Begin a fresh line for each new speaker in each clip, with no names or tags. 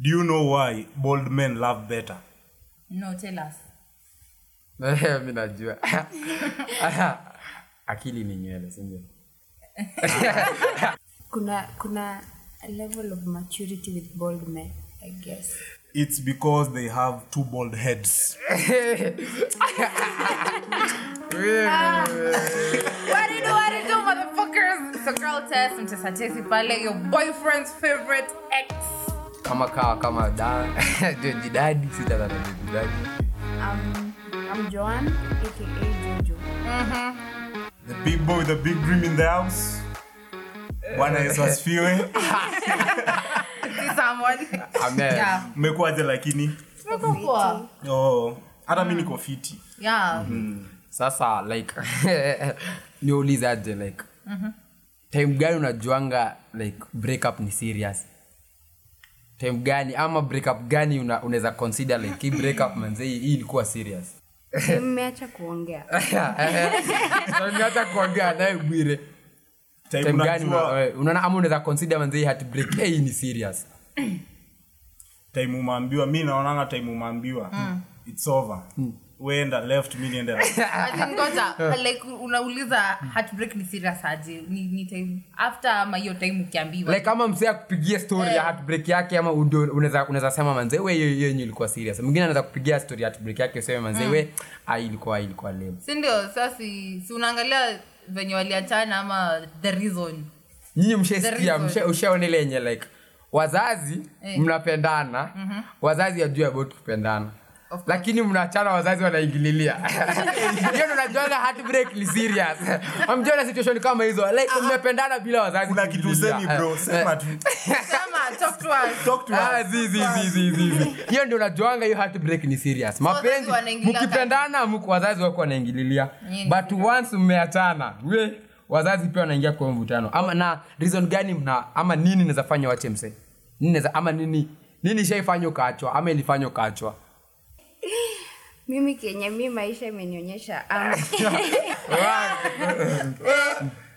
do you know why bald men love better
no tell us
mi najua akili ni nywele sindio
kuna kuna a level of maturity with bold men i guess
it's because they have two bald heads
Warido, warido, motherfuckers. So girl test, mtesatesi pale, your boyfriend's favorite ex.
kama kawa kama da jojidadi sitata na jojidadi
um, i'm joan aka jojo
the big boy with the big dream in the house bwana yesu asifiwe
See someone.
Amen.
Yeah.
mmekuwaje lakini
Smoke poa.
oh, hata mi niko fiti
Yeah.
sasa like niulizaje like time gani unajuanga like breakup ni serious time gani ama breakup gani una- unaweza consider like hii breakup manze hii hii ilikuwa serious
mmeacha kuongea
So, niacha kuongea naye bwire
Time
time gani
unajua-
una- eh, unaona ama unaweza consider manze hii heartbreak eh, hii ni serious
time umeambiwa mi naonanga time umeambiwa
Mm.
its over weenda left mi niende right.
I think ngoja, like unauliza heartbreak ni serious aje? Ni, ni time after ama hiyo time ukiambiwa.
like kama msee akupigia story
Eh.
ya heartbreak yake ama ndio unaweza unaweza sema manze we hiyo hiyo yenye ilikuwa serious mwingine anaweza kupigia story ya heartbreak yake useme manze
Mm.
we ah, ilikuwa ilikuwa lame
si ndio sasa si si unaangalia venye waliachana ama the reason
nyinyi
The
mshesikia
reason.
mshe- ushaona ile yenye like wazazi
Eh. Mhm.
mnapendana wazazi ajue about kupendana
Of course.
lakini mnaachana wazazi wanaingililia hiyo ndo najuanga heartbreak ni serious amjona situation kama hizo like
Ah.
mmependana bila wazazi
kuna kitu
kuingililia.
usemi
Eh.
bro sema tu
sema talk to us
talk to
Ah,
us
zi, zi, zi, zi, zi, zi. hiyo ndio najuanga hiyo heartbreak ni serious mapenzi
wazazi wanaingilia
mkipendana mku wazazi wako wanaingililia
Nyinyi
but once mmeachana we wazazi pia wanaingia kwa mvutano ama na reason gani mna ama nini nazafanya wache mse Nini naeza- ama nini nini ishaifanya ukaachwa ama ilifanya ukaachwa
mimi kenye mi maisha imenionyesha um,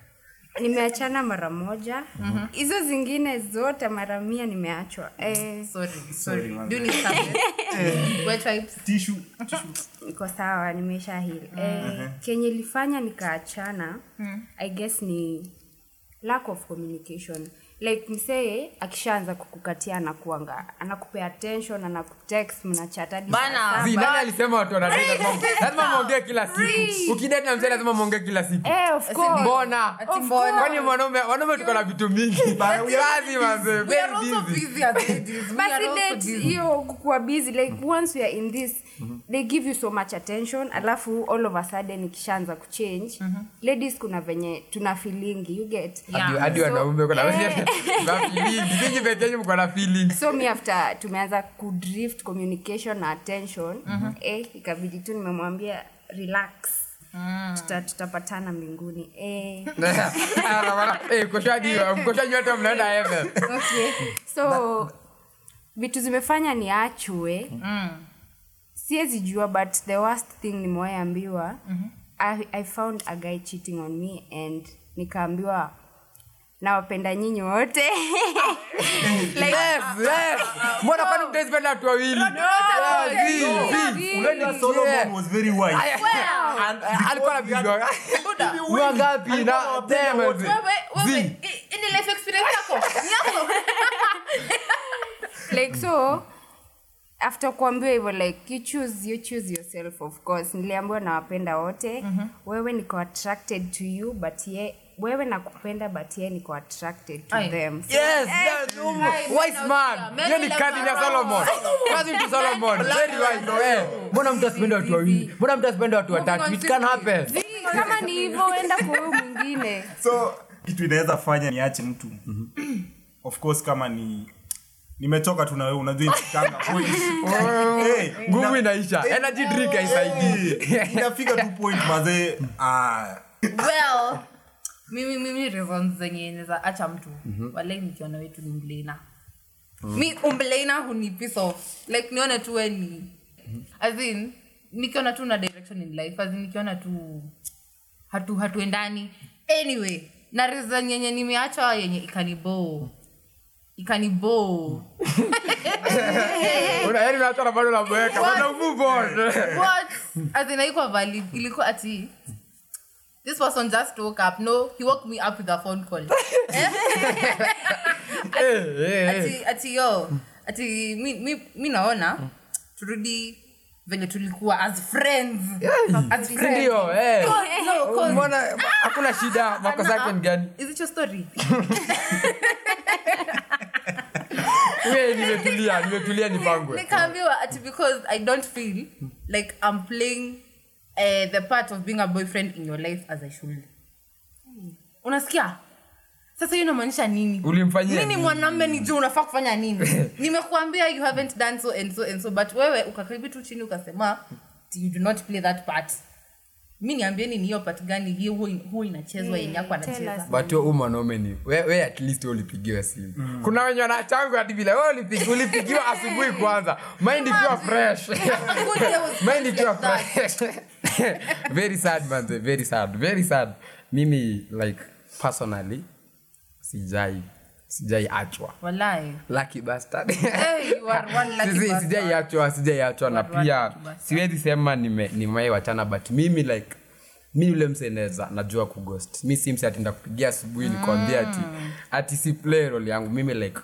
nimeachana mara moja hizo zingine zote mara mia nimeachwa eh,
sorry sorry
man.
do need something wet wipes
Tissue, tissue.
iko sawa nimesha hili
Mm.
eh, kenye ilifanya nikaachana i guess ni lack of communication like msee akishaanza kukukatia anakuanga anakupea attention anakutext mnachatadi
Bana.
Zii, nani alisema watu wanadate lazima- lazima mwongee kila siku ukidate na mse lazima mwongee kila siku
Eh, of course.
mbona
Ati mbona?
kwani mwanaume wanaume tuko na vitu mingi lazima mse
we are also
very busy.
busy as ladies we are
basi
also
date
busy Mm-hmm.
hiyo kukuwa busy like once you are in this they give you so much attention alafu all of a sudden ikishaanza kuchange
Mm-hmm.
ladies kuna venye tuna feelingi you get
Yeah.
Hadi- hadi
So-
wanaume kuna
Eh.
na feelings. Ninyi peke yenu mko na feelings.
so mi after tumeanza kudrift communication na attention eh, ikabidi tu nimemwambia relax Tuta, tutapatana mbinguni eh.
Ah, wala- eh, mkoshaji- mkoshaji wote mnaenda heaven.
okay. so vitu zimefanya ni achwe mm. siwezi jua but the worst thing nimewaambiwa mm-hmm. I, i found a guy cheating on me and nikaambiwa nawapenda nyinyi wote Ah. like,
Yes, yes. Mbona kwani mtazipenda watu wawili? Ah, zi, zi.
Unajua Solomon was very wise.
Aya, an- Ah, alikuwa na bidii. Huwa ngapi na- Damn, zi.
wewe wewe
Zi.
i- in the life experience yako ni yako
like so after kuambiwa hivyo like you choose, you choose yourself of course niliambiwa nawapenda wote mm-hmm. wewe niko attracted to you but ye, wewe nakupenda but ye niko attracted to
Aye.
them so,
Yes, that's umo. Wise man. Hiyo ni kazi ya Solomon. Kazi to Solomon. Very wise. Eh, mbona mtu asipende watu wawili mbona mtu asipende watu watatu it can happen
Zii, kama ni hivyo enda kwa huyu mwingine
so kitu inaweza fanya niache mtu of course kama ni nimechoka tu na wewe unajua inafika point Eh,
nguvu
ina-
inaisha
eh,
energy drink haisaidii
eh, inafika tu point mazee ah,
well mimi mimi reasons zenye naweza acha mtu
Mhm.
walai nikiona wetu ni mblena
Mm.
mi umblena huni piece off like nione tu we ni
Mm-hmm.
as in nikiona tu na direction in life as in nikiona tu hatu hatuendani anyway na reason yenye nimeachwa yenye ikaniboo ikaniboo
Unaenda unaachwa na bado unaboeka.
What?
Bado move on.
Eh.
what as in haikuwa valid ilikuwa ati this person just woke up no he woke me up with a phone call
Eh, eh, eh.
ati ati yo ati mi, mi, mi naona turudi venye tulikuwa as friends as friends
Ndio, eh.
Cause- no, cause-
Mbona hakuna shida makosa yake ni gani?
Is it your story?
Wewe nimetulia, nimetulia nipangwe.
nikaambiwa ati because i don't feel like i'm playing eh, the part of being a boyfriend in your life as i should unasikia sasa hiyo inamaanisha nini
Ulimfanyia
mimi ni
nini?
mwanamme ni juu unafaa kufanya nini nimekuambia you haven't done so and so and so but wewe ukakaribi tu chini ukasema you do not play that part mi niambieni ni hiyo part gani hiyo huo in- huo inachezwa yenye yako
Mm, tell
anacheza
us.
but wewe u mwanaume ni we, we at least wewe ulipigiwa simu Mm. kuna wenye wanachangu hati vile wewe ulipigi- ulipigiwa asubuhi kwanza mind ikiwa fresh
Good day was
mind ikiwa
like that.
fresh very sad man very sad very sad mimi like personally sijai sijai achwa
Walai.
lucky bastard
Hey, you are one lucky
Sisi-
bastard.
sijaiachwa sijaiachwa na
Watu wa
pia
lucky bastard.
siwezi sema nime- nimewaiwachana but mimi like mi yule mseneza najua kughost mi si mse ati ndakupigia asubuhi nikwambia ati
Mm.
ati si play role yangu mimi like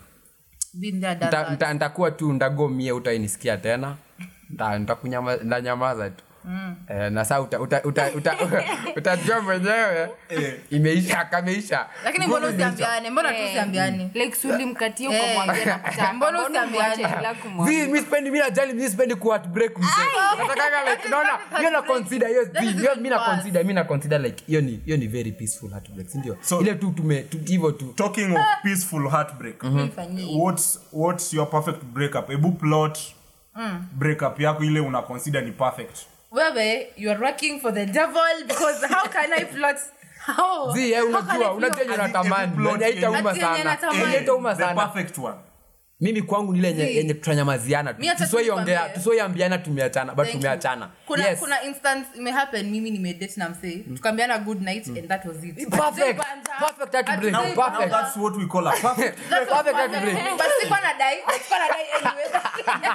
Been there, done
nta-
that.
nta- ntakuwa tu ndago mie utainisikia tena Nta- ntakunyama- ndanyamaza tu
Mm.
Eh, na saa uta- uta- uta- uta- utajua mwenyewe imeisha kameisha
lakini mbona
Nguvu imeisha.
usiambiane mbona
Eh.
tu usiambiane
like sulimkatie
Eh.
ukamwambia nakutaka
Mbona usiambiane?
usiambiaje bila kumwambia
Zi- mi sipendi mi najali mi sipendi kuwatbreak msenatakanga like naona hiyo na consider hiyo
That is
zi- hiyo
even
mi na
worse.
consider mi na consider like hiyo ni hiyo ni very peaceful heartbreak si ndio
So-
ile tu tume tu- hivyo tu
talking of peaceful heartbreak
Ifanyie.
what's, what's your perfect breakup ebu plot
Mm.
breakup yako ile una consider ni perfect
wewe you are working for the devil because how can i plot how
zi eh,
how can I
unajua
plot?
unajua yenye
Ati every
natamani
plot
yenye haitauma
yenye- Ati yenye
sana
natamani.
yenye haitauma
the
sana
perfect one
mimi kwangu ni ile yenye-
Zi.
yenye tutanyamaziana tu.
Mi hata
tusioiongea
sikwambie.
tusioiambiana tumeachana but
Thank you.
tumeachana
kuna
yes Mm.
kuna instance imehappen mimi nimedate na msee tukaambiana good night and that was it
perfect
Hatujaipanga.
perfect heartbreak
Hatujaipanga.
now
perfect
that's what we call a perfect
That was
perfect
perfect.
heartbreak.
But sikuwa nadai, sikuwa nadai anyway.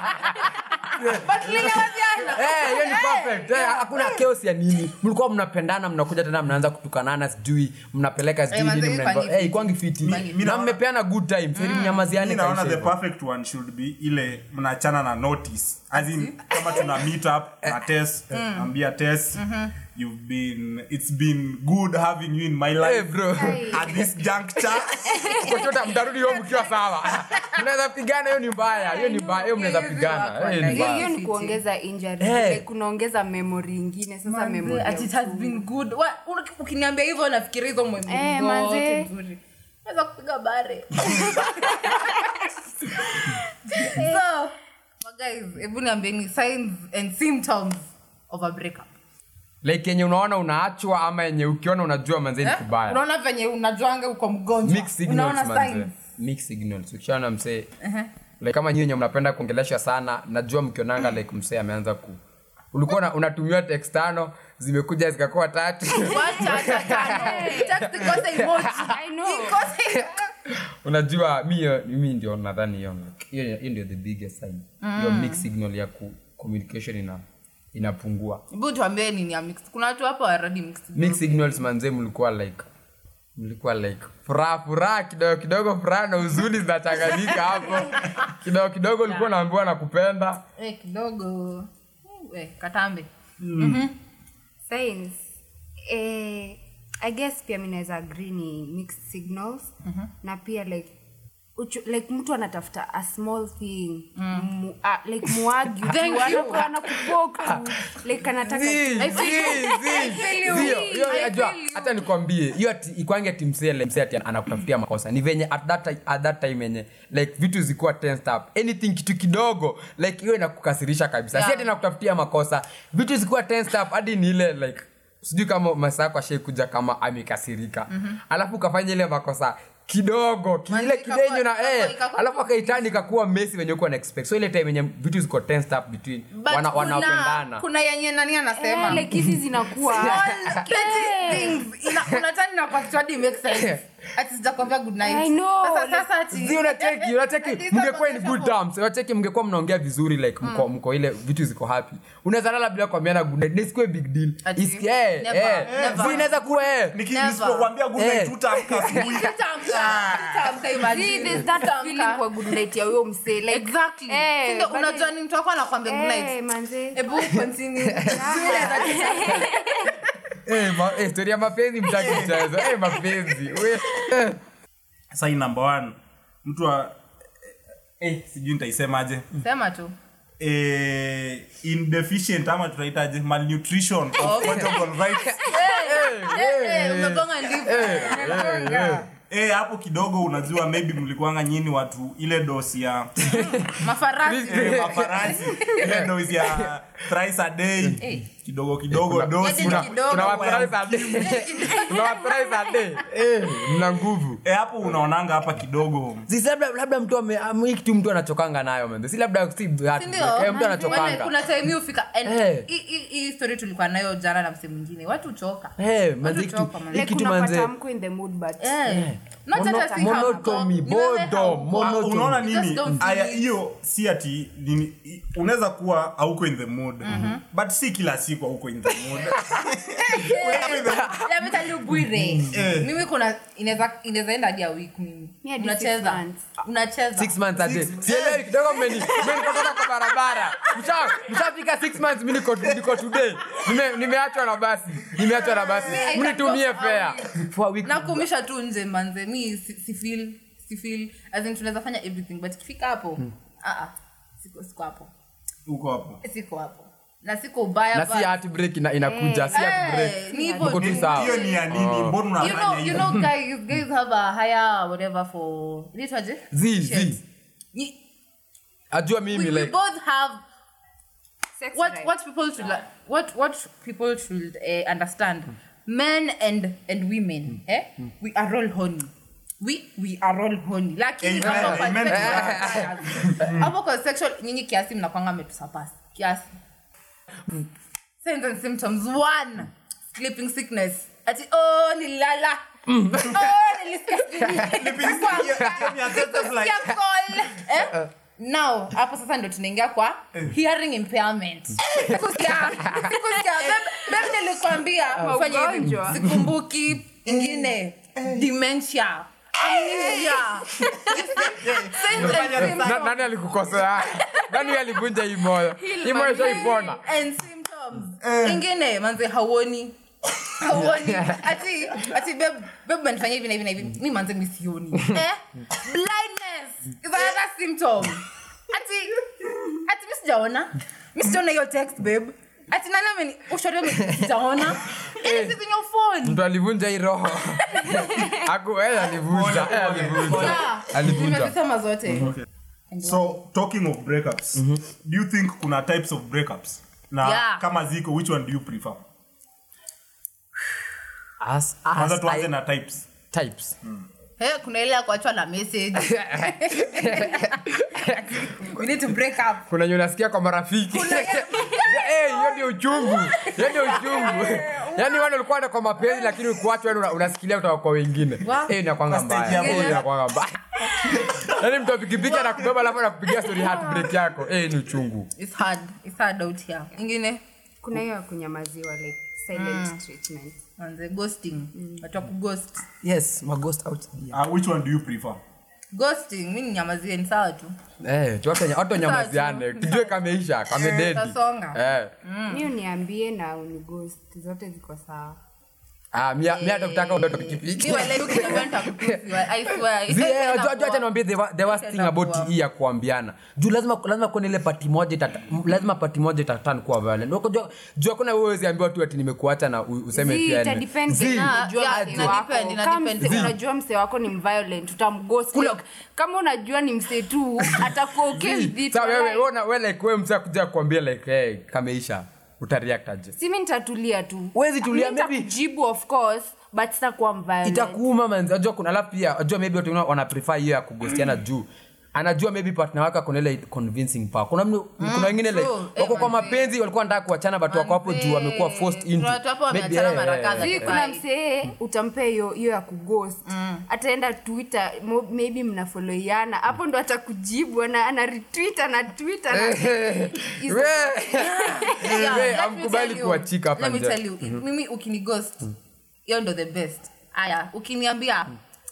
But niliwaziana.
Eh, hiyo ni
Eh.
perfect. Eh, hakuna chaos ya nini mlikuwa mnapendana mnakuja tena mnaanza kutukanana sijui mnapeleka sijui
Eh,
nini
manze,
mnainvo-
ifanye
eh, ikwangi fiti
Mi- mi
na
naona-
mmepeana good time seri
Mi
mnyamaziane
naona the perfect one should be ile mnaachana na notice as in kama tuna meet up na tes ambia tes you've been it's been good having you in my
Eh,
life at this juncture
kochota mtarudi hiyo mkiwa sawa mnaweza pigana hiyo ni mbaya hiyo ni mbaya hiyo mnaweza
hiyo
pigana
wako
hiyo ni
like-
hiyo
mbaya
hiyo ni kuongeza injury
Eh.
like unaongeza memory ingine sasa memory ya
Ati it has
uchungu.
been good. Wa- una- ukiniambia hivyo nafikiria hizo mwemu
Eh, manze.
nzuri naweza kupiga bare so maguys hebu niambieni signs and symptoms of a breakup
like yenye unaona unaachwa ama yenye ukiona unajua manzeni
Eh?
kubaya
unaona venye unajuanga uko mgonjwa
Mixed signals
unaona
manze
signs
Mixed signals ukishaona msee like kama nyinyi wenye mnapenda kuongeleshwa sana najua mkionanga like msee ameanza ku ulikuwa una- unatumiwa text tano zimekuja zikakuwa tatu
Wacha, acha, tano. Text ikose emoji.
I know.
Ikose-
unajua mi hiyo- mi ndio nadhani hiyo like, hiyo hiyo ndio the biggest sign hiyo
Mm.
mixed signal ya ku, communication ina inapungua
Hebu tuambie nini ya mixed. kuna watu hapa waradi mixed.
mixed signals manze mlikuwa like mlikuwa like furaha furaha kidogo kidogo furaha na uzuni zinachanganyika hapo kidogo kidogo ulikuwa naambiwa nakupenda
Eh, kidogo Eh, katambe
Signs. Eh, i guess pia mi naweza agree ni mixed signals
Mhm.
na pia like uchu, like mtu anatafuta a small thing mu, a, like muagi
Mm. Thank you.
anakupok like anataka Eh,
Zii,
I feel you.
zii, zii.
I feel you.
Zio, hiyo
I
unajua,
feel you.
hata nikwambie hiyo ati- ikwangi ati msee like, msee ati anakutafutia makosa ni venye at that, ti- at that time yenye like vitu zikuwa tensed up anything kitu kidogo like hiyo inakukasirisha kabisa
Yeah.
si ati nakutafutia makosa vitu zikuwa tensed up hadi ni ile like sijui kama masaa yako ashaikuja kama amekasirika
Mhm.
alafu ukafanya ile makosa kidogo ki-
Manzi
ile
ikakuwa-
kidenyo na
ikakuwa-
eh,
ikakuwa-
alafu akaitani ikakuwa mesi wenye ukuwa na expect so ile time yenye vitu ziko tensed up between
But
wana-
kuna-
wanapendana
kuna yenye nani anasema
Eh, like hizi zinakuwa
All petty things. Ina- unatani na kwa kitu hadi make sense. ati sijakwambia good night.
I know.
Sasa- sasa ati-
Zii, unacheki
Ati
unacheki
sasa
mngekuwa in good terms unacheki mngekuwa mnaongea vizuri like mko
Hmm.
mko ile vitu ziko happy unaweza lala bila kuambiana good night nisikuwe big deal
Ati,
Isiki- eh,
never,
eh.
never.
Zii, inaweza kuwa eh.
Niki-
Never.
nisipokuambia good night,
Eh.
hutaamka asubuhi.
Sitamka.
Ah.
Sitamka, imagine.
See, there's that
Sitamka.
feeling kwa good night ya huyo msee like
Exactly.
Eh,
Si ndio,
but
unajua ni mtu wako anakwambia good
Eh,
night.
manze.
Ebu continue.
Eh, ma- eh, story ya mapenzi mtaki mchezo Eh, mapenzi We- eh.
Sign number one mtu wa eh, eh, sijui nitaisemaje
sema tu
eh, indeficient ama tutaitaje malnutrition of portable rights
Eh, eh, umegonga ndipo.
Eh.
Umegonga.
eh, hapo kidogo unajua maybe mlikuanga nyinyi watu ile dosi ya
mafarasi
eh, mafarasi ile dosi ya thrice a day
Eh.
kidogo kidogo dosi
Kuna-
Tuna- tuna waprise a day. Tuna waprise a day. Eh, mna nguvu
Eh, hapo unaonanga hapa kidogo
Zi, si labda labda mtu ame- am- hii kitu mtu anachokanga nayo man. si labda si
Si
hati,
ndio?
eh, mtu
Maana
anachokanga
kuna time hii hufika and
Eh.
hii- hii- hii story tulikuwa nayo jana na msee mwingine watu huchoka
Eh, man,
Watu
hii kitu-
huchoka, man.
hii
like
kitu
unapata
manze
mko in the mood but
Eh. Not
Mono-
that I think how-
monotomy,
ni wewe
boredom,
hauko.
mono-
Ah,
Monotomy.
unaona
You just
nini
don't feel
aya
it.
hiyo si ati nini- i- unaweza kuwa auko in the mood
Mhm.
but si kila siku auko in the mood
Eh. Let me tell you, bwire
Mm.
Eh.
mimi kuna inaweza inaweza enda hadi ya week mimi
Yeah, hadi six
unacheza
months.
unacheza
six months a day sielewi kidogo mmeni mmenipatana kwa barabara Msha- mshafika six months mi niko niko today Nime- nimeachwa na basi nimeachwa na basi
Me, I
mnitumie
can't go
fea
out.
for a week
nakumisha tu nje manze mi si- si feel si feel as in tunaweza fanya everything but kifika hapo
Mm.
ah ah siko siko hapo
uko hapo
siko hapo na siko ubaya
na si
but-
heartbreak ina, inakuja si
Eh,
heartbreak
ni hivyo
mko
tu.
tu sawa
hiyo ni ya nini mbona
you know
unafanya
you
hiyo
know guys guys have a higher whatever for inaitwaje
Zi,
Shit.
zi.
Ni-
ajua
we,
mimi
we
like
both have
sex
what
drive.
what people should like, what what people should uh, understand men and and women eh we are all horny we we are all horny lakini
Amen,
hapo kwa
amen.
sexual- hapo kwa sexual nyinyi kiasi mnakwanga mmetusapas kiasi signs and symptoms one sleeping sickness ati oh nilala oh nilisikia sijui
Sleeping sickness, hiyo ni ancestors like-
Kusikia call. Eh? now hapo sasa ndo tunaingia kwa hearing impairment Sikusikia- sikusikia. Babe- babe nilikwambia ufanye hivi.
Ugonjwa.
sikumbuki ingine dementia amnesia. Signs and symptoms.
na- nani alikukosea nani alivunja hii moyo hii moyo shaipona
And symptoms. ingine manze hauoni hauoni ati ati babe babe umenifanyia hivi na hivi na hivi mi manze mi sioni eh blindness is another symptom ati ati mi sijaona mi sijaona hiyo text babe ati nani ameni ushauri ameni sijaona
Eh.
It is in your phone
mtu alivunja hii roho Aku- eh, alivunja eh, alivunja
Yeah.
Alivunja.
Ah, nimezisema zote
so talking of breakups do you think kuna types of breakups na
Mhm. Yeah.
kama ziko which one do you prefer
As-
kwanza
as
tuanze
I-
na types
types
Eh, kuna ile ya kuachwa na message we need to break up
kuna yenye unasikia kwa marafiki Eh, hiyo ndio uchungu hiyo ndio uchungu yaani wale ulikuwa na kwa mapenzi lakini ukuachwa yani unasikilia kutoka kwa wengine
Wa-
Eh, inakwanga
Kwa stage
mbaya
ya
Eh,
moyo.
inakwanga mbaya yaani mtu apikipiki anakubeba alafu anakupigia story heartbreak yako Eh, ni uchungu
it's hard it's hard out here ingine
kuna hiyo ya kunyamaziwa like silent
Mm.
treatment
manze ghosting watu wa kughost
yes maghost out
uh, which one do you prefer
ghosting mi ninyamazie ni sawa tu
eh tuache watu nyamaziane tujue kameisha kamededi
Tutasonga.
eh
Mm.
mi uniambie na unighost zote ziko sawa
ah mia mia atakutaka ndoto
Mi
pikipiki
wale tu kama nitakutusi, I swear.
hii ya kuambiana juu lazima lazima kuna ile pati moja itata- m- lazima pati moja itatan kuwa violent Wako jua- juu hakuna wewe huwezi ambiwa tu ati nimekuacha na u- useme
Zii,
pia nime-
itadepend
Zii,
na-
Ah,
unajua
yeah,
msee
ina
wako.
depend, ina
Kama
depend.
msee-
Zii.
unajua mse wako ni mviolent utamghost
Kula-
Like, kama unajua ni mse tu atakuokea
Zii.
vitu
Sawa, wewe-
like,
wewe na- wewe like wewe mtu akuja kuambia like hey, kameisha utareact aje
si mi nitatulia tu
Huwezi tulia,
Mi
maybe-
nitakujibu of course but sitakuwa mviolent
Mm.
itakuuma manzi ajua kuna alafu pia ajua maybe watu wengine wana prefer hiyo ya kugostiana juu anajua maybe partner wake akona ile convincing power kuna mnu, kuna wengine like
Mm, true. Eh,
wako kwa
manze.
mapenzi walikuwa wanataka kuachana but wako hapo juu wamekuwa forced
Manze.
into
Kuna watu hapo
Maybe,
wameachana
eh,
mara kadha.
Sijui kuna
Right.
msee utampea hiyo hiyo ya kughost
Mm.
ataenda twitter mo, maybe mnafoloiana hapo ndo atakujibu ana, ana retweet ana tweet ana
eh,
Is-
Yeah,
Wewe,
let me
eh, hamkubali Mm-hmm.
tell you.
kuachika hapa
Let me
nje.
tell you, mimi ukinighost
Mm.
hiyo ndo the best aya ukiniambia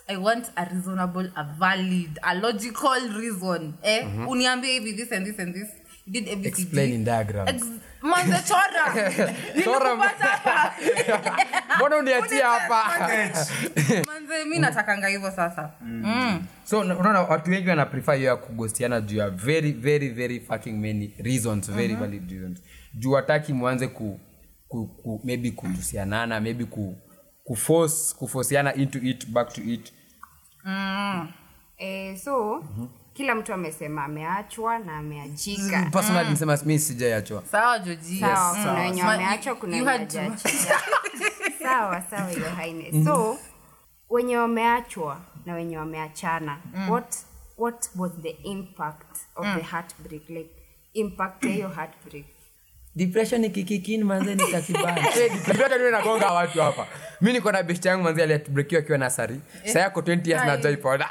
i want a reasonable a valid a logical reason eh uniambie hivi this and this and this you did ABCD.
Mm-hmm. Explain in diagrams.
Ex- manze chora
Chora,
Nilikupata hapa.
mbona uniachia
Ah.
hapa
manze mi natakanga hivyo sasa Mm.
so na- unaona watu wengi wana prefer hiyo ya kugostiana juu ya very very very fucking many reasons very valid reasons juu wataki mwanze ku, ku, ku maybe kutusianana maybe ku kuforce kufosiana into it back to it
eh, so kila mtu amesema ameachwa na ameachika
personally nisema mi sijaiachwa
sawa joji Mm.
sawa kuna wenye
Ma-
wameachwa kuna
you
wenye
had to-
hawajaachika. sawa sawa your highness so wenye wameachwa na wenye wameachana what what was the impact of the heartbreak like impact ya hiyo heartbreak
depression ikikikini manze Eh, nitakibananagonga watu hapa mi niko na best yangu manze alibrekiwa akiwa nasari sayako 20 years na joy powder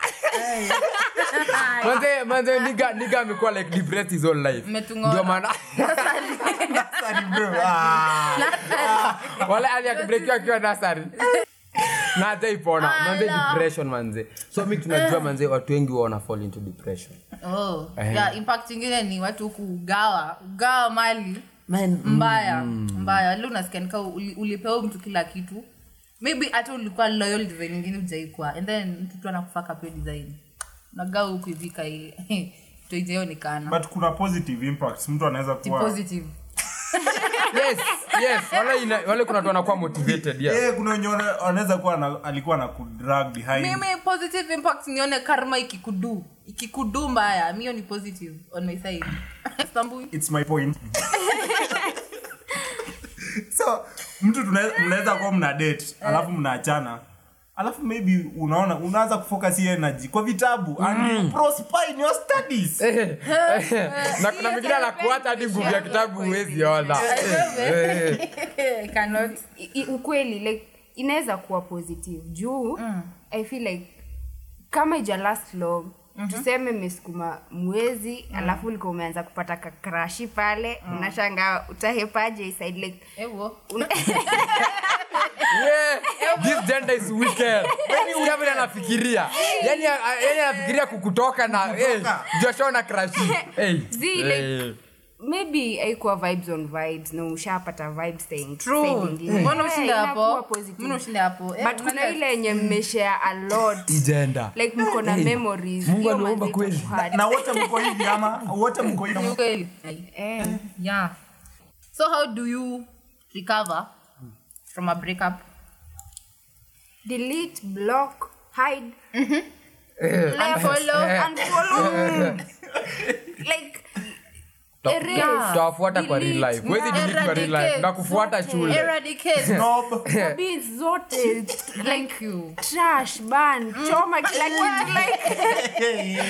manze manze niga niga amekuwa like depressed his whole life
Mmetung'oa.
ndio maana
Ah.
wala ali akibrekiwa akiwa nasari na joy powder manze
Ala.
depression manze so mi tunajua manze watu wengi huwa wana fall into depression
Oh,
Eh.
yeah, impact ingine ni watu huku ugawa ugawa mali
mm,
mbaya mbaya li unasikia nika ulipeo mtu kila kitu maybe hata ulikuwa loyal design ingine ujaikwa and then mtu tu anakufaka pia design nagaa huku ivika hii toijaonekana
but kuna positive impacts mtu anaweza kuwa
positive
yes yes wala ina- wale kuna watu wanakuwa motivated yeah.
Eh, kuna wenye wana- wanaweza kuwa na, alikuwa na kudrag behind
mimi positive impact nione karma ikikudu ikikudu mbaya mio ni positive on my side Sambui.
it's my point so mtu tuna- mnaweza kuwa mna date
Eh.
alafu mnaachana alafu maybe unaona unaanza kufocus hiyo energy kwa vitabu
Mm.
and you prosper in your studies
Eh.
na kuna mwingine anakuacha hadi nguvu ya kitabu huwezi ona
Eh,
Cannot.
I- i- ukweli like inaweza kuwa positive juu i feel like kama ija last long tuseme mmesukuma mwezi alafu ulikuwa umeanza kupata kakrashi pale unashangaa utahepaje isaid like
Ewo.
un-
Yeah, this gender is wicked. Yaani huyu vile anafikiria Yaani, a- a- yaani anafikiria kukutoka na eh, joshua na crush. Eh,
Zii, like-
eh.
maybe aikuwa vibes on vibes no ushapata vibes saying-
True. Hmm.
saying ingine.
Mbona
Yeah,
ushinde hapo?
inakuwa positive.
Mbona ushinde hapo? Eh,
but kuna
unajua-
ile yenye mmeshare a lot
Hii gender.
like mko na
Eh,
memories
Mungu
Hiyo
aliwaumba
manzi
kweli.
itakuhurt.
na wote mko hivi ama wote mko
Ni
hivi
ukweli.
Eh.
Yeah. So how do you recover from a breakup?
delete block hide
Mhm.
Eh.
Unfollow.
and follow like
Ta-
erase,
tutawafuata kwa real
delete,
life Huwezi delete kwa real life
Eradicate.
Tutakufuata shule
Eradicate.
Snob.
Eh.
tabia zote like
Thank you.
trash ban choma kila kitu Mm. like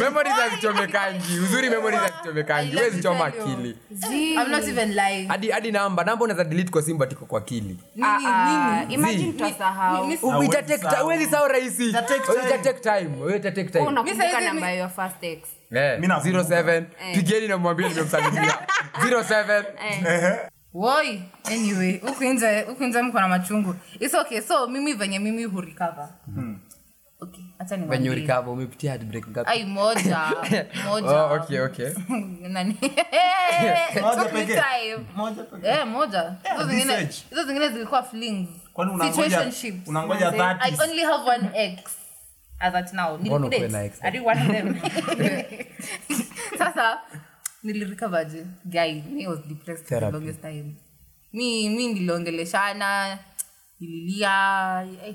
memories hazichomekangi uzuri memories hazichomekangi
I love
huwezi
to
choma
tell you.
akili
zi-
I'm not even lying.
hadi hadi namba namba unaweza delete kwa simu but iko kwa akili
Ah,
Nini,
ah,
nini?
imagine tutasahau
Mi- mi-
Hauwezi
Ita take
sahau.
ti- huwezi sahau rahisi
Ita take
Ita
time.
take time. Wewe ita take time.
Mi
unakumbuka
saizi
namba
mi-
ya first ex
Eh,
Mi nakumbuka.
07,
Eh.
pigeni namwambia nimemsalimia 07.
Woi, anyway, huku nje huku nje mko na machungu. It's okay. So mimi venye mimi hu recover.
Hmm.
Okay, acha ni
Venye ulikava, umepitia heartbreak ngapi?
Ai moja, moja.
Oh, okay, okay.
nani
Moja
Took me
pekee.
time.
Moja pekee.
Eh, moja hizo
this
zingine-
age.
hizo zingine zilikuwa flings.
Kwani unangoja-
Situationships.
unangoja
i
30s?
only have one ex as at now
Mbona
Nilikudate.
ukuwe na ex?
Are you one of them sasa nilirecoverje guy me was depressed for the
Therapy.
longest time mi mi niliongeleshana nililia eh.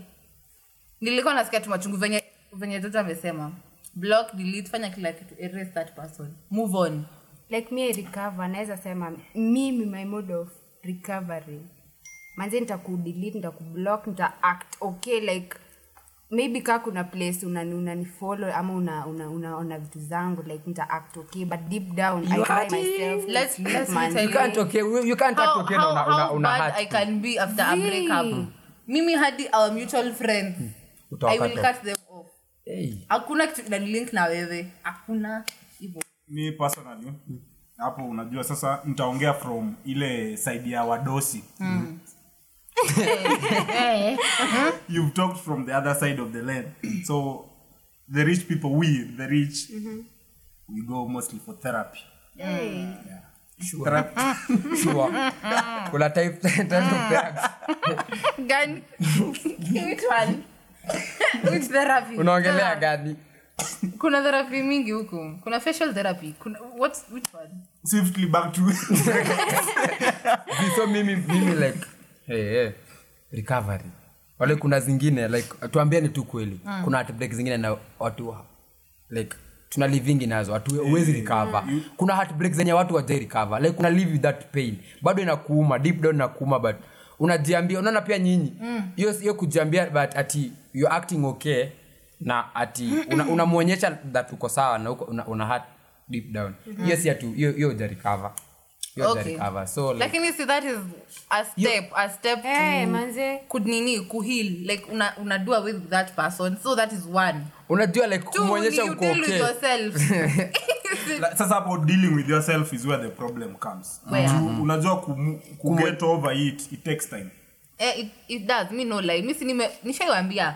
nilikuwa nasikia tu machungu venye venye toto amesema block delete fanya kila kitu erase that person move on
like mi recover naweza sema mimi my mode of recovery manzi nitakudelete nitakublock nita act okay like maybe kaa kuna place unani- unanifollow ama una- una- unaona vitu zangu like nita act okay but deep down I
You
try
are-
myself to
Let's-
sleep,
let's
man.
tell
You can't okay, you you can't
how,
act okay na
how,
una-
how
una- una Hmm.
bad
hurt
I
too.
can be after a
Zii.
breakup. Mimi hadi our mutual friends.
Hmm.
I will
Utawakata.
cut them off.
Hey.
Hakuna kitu inanilink na wewe. Hakuna hivyo.
mi personally hapo unajua sasa nitaongea from ile side ya wadosi you've talked from the other side of the land so the rich people we the rich we go mostly for therapy
Sure. Sure. Kuna type- type of drugs.
Gani? Which one? Which therapy?
unaongelea
Therapy.
gani
kuna therapy mingi huku kuna facial therapy kuna what's, which one
swiftly back to
so mimi mimi like hey, hey, recovery wale kuna zingine like tuambiane tu kweli
Mm.
kuna heartbreak zingine na watu wa- like tuna livingi nazo hatu- huwezi
Mm.
recover kuna heartbreak zenye watu wajai recover like kuna live with that pain bado inakuuma deep down inakuuma but unajiambia unaona pia nyinyi
Mm.
hiyo hiyo kujiambia but ati you acting okay na ati una- unamwonyesha una that uko sawa na uko una, una hurt deep down hiyo si atu hiyo hiyo hujarecover hiyo
Mm. Okay.
hujarecover so like,
lakini si that is a step a step to
Eh, manze.
kunini kuheal like una, unadua with that person so that is one
unajua like
Two,
kumwonyesha
you
uko
deal with
okay
yourself.
La- sasa hapo dealing with yourself is where the problem comes
Where?
Ju- unajua kumu- ku get over it it takes time
eh, it, it does mi no lie mi si nime nishaiwambia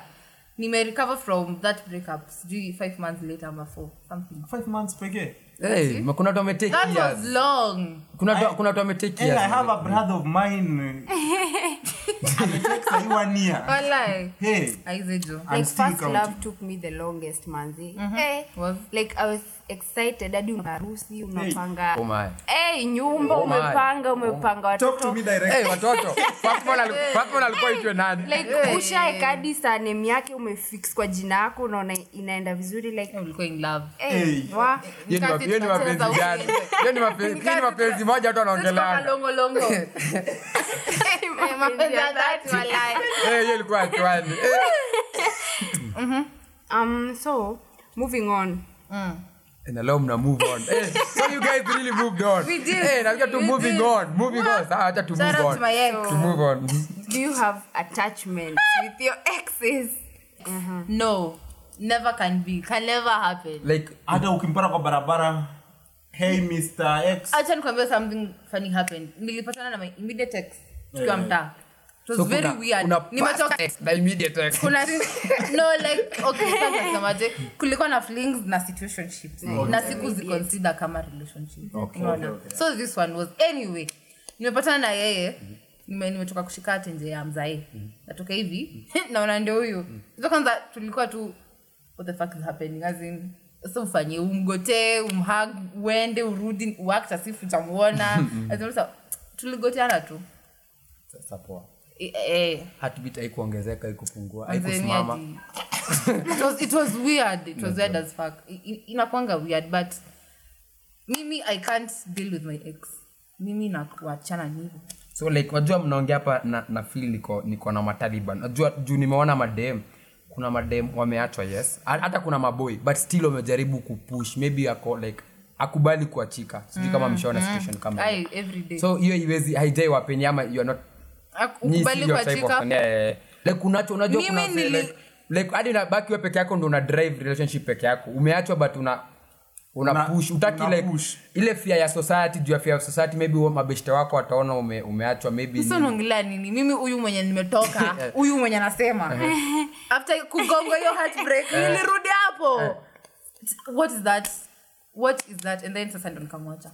nime recover from that breakup sijui five months later ama four something
five months pekee
hey, ma- kuna watu wame take
that
years.
was long
Kuna watu- kuna watu wame take
Hey, I
years.
have a brother of mine. It takes like one year.
walai
Hey,
aizejo
I'm
like
still
first
counting.
love took me the longest manzi Eh,
Mm-hmm. Was-
like i was excited hadi una harusi unapanga
Oh my.
Eh, nyumba
Oh my. Oh.
umepanga umepanga
Talk to
watoto
me direct.
Hey, watoto First of all, al- first of all, alikuwa aitwe nani
like ushaekadi sanem yake umefix kwa jina yako unaona inaenda vizuri like
ulikuwa in love
eh,
Hey.
wa.
Hiyo ni ma- hiyo ni mapenzi
Nikasi
gani Hiyo ni mapenzi- hiyo ni mapenzi moja watu wanaongelanga
Longo-longo. Eh, mapenzi ya dhati, walai.
Eh, hiyo ilikuwa hatuani
um so moving on
na leo mna move on Eh, so you guys really moved on
We did.
Eh, na tu
We
moving
did.
on moving on sasa acha tu
Shout out
move on
to my ex.
to move on Mm-hmm.
do you have attachment with your exes
no never can be can never happen
like
hata ukimpata kwa barabara hey mr x
acha nikwambia something funny happened nilipatana na my immediate ex tukiwa
Eh.
mtaa it was
so
very
kuna-
weird
kuna past
Nimetoka-
ex na immediate ex.
kuna no like okay sasa nasemaje kulikuwa na flings na situationships na siku ziconsider kama relationship
Mm. Okay,
Unaona?
okay, okay.
so this one was anyway nimepatana na yeye nime- nimetoka kushika tenje ya mzae
Mm-hmm.
natoka hivi naona ndio huyu
Mm.
so kwanza tulikuwa tu what the fuck is happening as in so ufanye umgotee umhag uende urudi uact asifu utamuona
Mm-hmm.
As in, so, tuligoteana tu
Sasa poa.
Eh, eh,
heartbeat haikuongezeka haikupungua haikusimama
Tanzania di- it was it was weird it was weird as fuck I- i- inakwanga weird but mimi i can't deal with my ex mimi nakuachana nivo
so like wajua mnaongea hapa na, na feel niko, niko na mataliban najua juu nimeona madem kuna madem wameachwa yes Ha- hata kuna maboy but still wamejaribu kupush maybe ako like akubali kuachika sijui kama mshaona situation kama hiyo.
ai every day
so hiyo iwezi haijai wapeni ama you are not
Ak-
nyinyi si
ukubali
your type of-
kuachika
yeah, yeah,
Eh.
yeah. like unacho unajua
Mimi
kuna wase,
nili-
like- like hadi unabaki wewe peke yako ndo una drive relationship peke yako umeachwa but una una
Una-
push utaki
una
like
push.
ile fear ya society juu ya fear ya society maybe huo mabeshte wako wataona ume, umeachwa maybe
so
ni-
naongelea nini mimi huyu mwenye nimetoka huyu mwenye anasema
Uh-huh.
after kugongo hiyo heartbreak nilirudi hapo
Uh-huh.
what is that what is that and then sasa ndo nikamwacha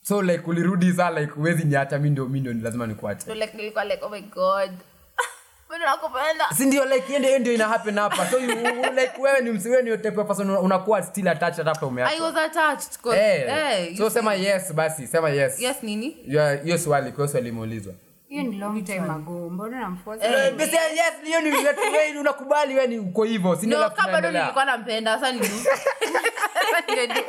so like ulirudi saa like uwezi niacha mi ndio mi ndio ni lazima nikuache
so like nilikuwa like oh my god bado nakupenda
si ndio like hiyo ndio hiyo ndio ina happen hapa so you, like wewe ni msi wewe ni type of person una- unakuwa still attached hata kama
I
umeachwa
was attached. 'cause-
eh
eh,
so
you-
sema yes basi sema yes
yes nini?
Ya- hiyo swali kwa hiyo swali imeulizwa
hiyo ni long time ago mbona namfosa
Eh,
Basi, yes, hiyo ni wewe ni unakubali wewe ni uko hivyo si ndio
No,
alafu
kama bado
tunaendelea.
nilikuwa nampenda sasa ni Sasa ndio-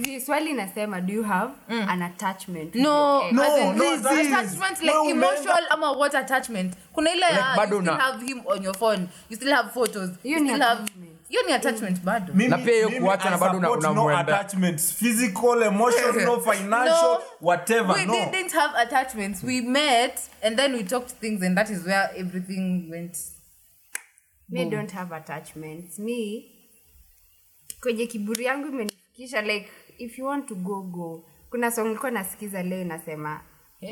Zi, swali inasema do you have an attachment with
no,
your ex?
no,
No,
as in
no,
this
that is-
attachment like
no, umeenda-
emotional ama what attachment kuna ile
Like,
ya,
bado
you still
una-
have him on your phone you still have photos you
Hiyo ni
still have
attachment.
hiyo ni attachment bado
Mimi-
Na pia hiyo
mimi
kuacha
I
na bado una-
support no
unamwenda.
attachments physical emotional no financial
No.
whatever
we
no
didn't have attachments we met and then we talked things and that is where everything went
me don't have attachments me kwenye kiburi yangu imenifikisha like if you want to go go kuna song ilikuwa nasikiza leo inasema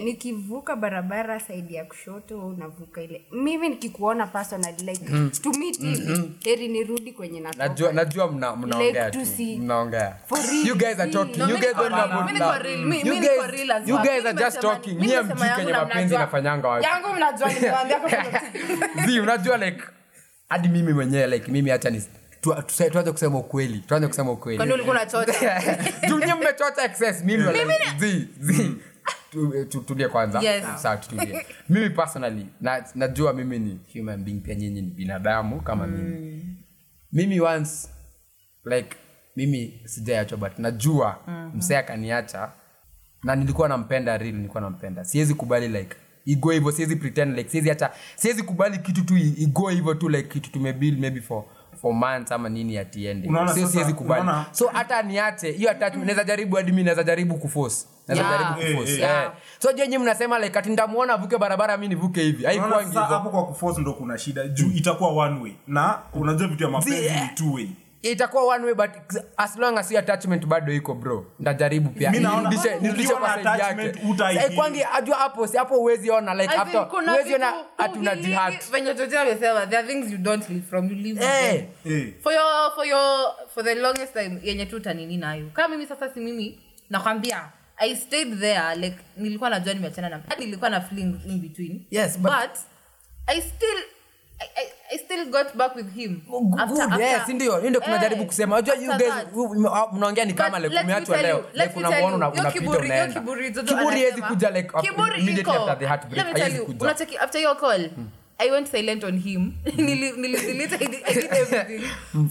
nikivuka barabara saidi ya kushoto wewe unavuka ile mimi nikikuona personally like to meet him heri nirudi kwenye natoka.
najua najua mna- mnaongea
Like,
tu
tusi-
mnaongea
For real,
you guys are
see.
talking
No,
you
mimi
guys
niko
don't have
real.
good
Mimi niko real. Mi-
love
mimi
you
niko
guys-
real as
you
well.
guys
Mimi
are just
nimesema-
talking
mimi
nyie
nimesema
mjui
yangu
kenye
na
mapenzi
mnajua.
inafanyanga wapi
yangu mnajua nimewaambia kwa kuna-
Zii, unajua like hadi mimi mwenyewe like mimi hacha ni tu- tusa- tuanze kusema ukweli tuanze kusema
Kwani
ukweli
ulikuwa unachocha?
tunye mmechocha excess mimi wala- Zii, zii. Tu- tu- tulie kwanza
Yes.
Sawa, tutulie. mimi personally na, najua mimi ni human being pia nyinyi ni binadamu kama mimi mimi once like mimi sijaachwa but najua msee akaniacha na nilikuwa nampenda real nilikuwa nampenda siwezi kubali like igo hivyo siwezi pretend like siwezi hata siwezi kubali kitu tu i- igo hivyo tu like kitu tumebuild maybe for for months ama nini atiende
Unaona sasa,
siwezi kubali
unaona?
so hata niache hiyo attachment naweza jaribu hadi mimi naweza jaribu kuforce naweza
Yeah.
jaribu kuforce
Eh, eh.
yeah. so je nyinyi mnasema like ati ndamuona avuke barabara mimi nivuke hivi
Unaona
haikuwa
sasa hapo
hivyo
kwa kuforce ndo kuna shida juu itakuwa one way na unajua vitu ya mapenzi
Zii,
ni two way
itakuwa one way but as long as hiyo attachment bado iko bro ndajaribu pia
Mimi naona-
Nirudishe- nirudishe
ukiwa
kwa
na
side yake
attachment, hutahili.
Sasa haikuwangi- ajua hapo si hapo huwezi ona like
I think
after
kuna
huwezi ona
vitu
ati una
uhiliki-
jihad
venye Jojo amesema, there are things you don't live from, you live with
Eh.
them.
eh
For your- for your- for the longest time yenye tu utanini nayo kama mimi sasa si mimi nakwambia i stayed there like nilikuwa najua nimeachana na hadi nilikuwa na feeling in between
Yes, but-
i still I, I, i still got back with him
Good,
After-
yes,
after-
ndio ndio tunajaribu
Eh,
kusema unajua you
after
guys
that.
u- ume- au- mnaongea ni kama
But
like
let me
umeachwa
tell
leo
you, let
like
me tell
unamuona
you,
una-
hiyo
unapita
kiburi- hiyo
unaenda
kiburi Jojo
kiburi haiwezi
anasema.
kuja like af-
Kiburi
immediately
iko.
after the heartbreak
Let me tell
haiwezi
you,
kuja
unacheki, after your call i went silent on him
Hmm.
Nili- nilidelete, I did- I did everything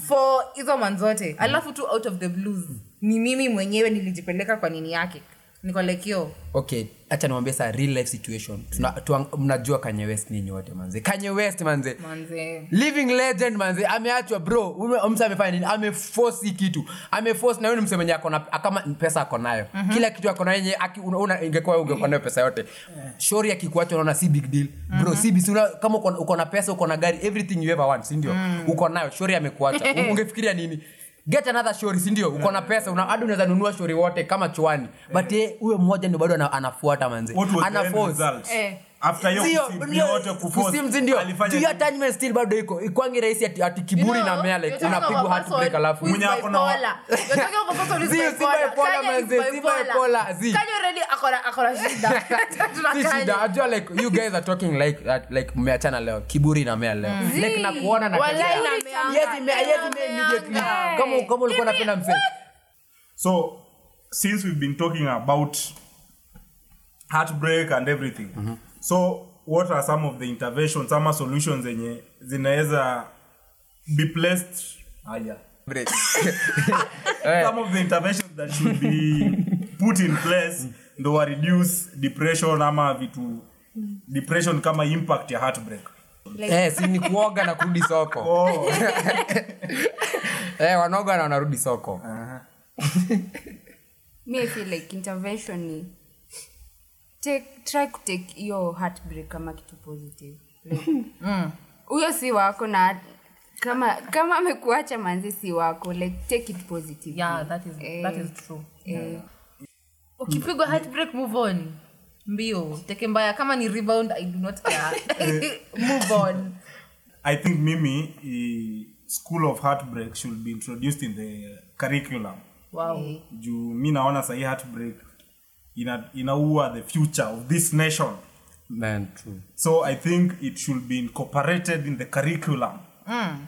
for hizo manzote
Hmm.
alafu tu out of the blues ni mimi mwenyewe nilijipeleka kwa nini yake niko like yo
okay acha niwambie saa real life situation Tuna, tuang, mnajua kanye west ninyi wote manze kanye west manze
manze
living legend manze ameachwa bro Ume- mse amefanya nini ameforce hii kitu ameforce na yeye ni mse mwenye ako na kama pesa ako nayo kila kitu ako nayo yenye aki- una- una- ingekuwa wewe ungekuwa nayo pesa yote shori akikuacha unaona si big deal bro si big- si una- kama uko- uko na pesa uko na gari everything you ever want si ndio uko nayo shori amekuacha U- ungefikiria nini get another shori si ndio uko na pesa una hadi unaweza nunua shori wote kama chwani but yeye huyo mmoja ndio bado ana- anafuata manze
what was the end
anaforce
result
Eh.
after hiyo kusim- hiyo wote kuforce alifanya nini?
kusimzindiostil bado iko ikwangi rahisi ati, ati kiburi
You know,
na mea like
you're talking
unapigwa
about
heartbreak
person
alafu
who is
Mwenye ako na-
bipolar. You're talking about person who is
Zii, si
bipolar.
bipolar,
Kanye is
manze, si
bipolar.
bipolar, zii.
Kanye already akona- akona shida. Tuna
Si
Kanye.
shida ajua like you guys are talking like that like mmeachana leo kiburi na mea leo
Mm.
like
Zii,
nakuona na
walai
kejea.
na meanga.
Yes, ime- yes, ime immediately.
Meanga.
Kama- kama ulikuwa napenda mse
so since we've been talking about heartbreak and everything so what are some of the interventions ama solutions zenye zinaweza be placed haya some of the interventions that should be put in place ndo wa reduce depression ama vitu depression kama impact ya heartbreak
Eh, si ni kuoga na kurudi soko
oh
eh, wanaoga na wanarudi soko
Ah.
me I feel like intervention ni take, try kutake hiyo heartbreak kama kitu positive like, huyo si wako na kama kama amekuacha manzi si wako like take it positive
Yeah, that is- that is true.
eh,
ukipigwa heartbreak move on mbio teke mbaya kama ni rebound i do not care move on
I think Mimi i- school of heartbreak should be introduced in the curriculum.
wow
Juu mi naona sahi heartbreak ina, inaua the future of this nation.
Man, true.
So I think it should be incorporated in the curriculum.
Hmm.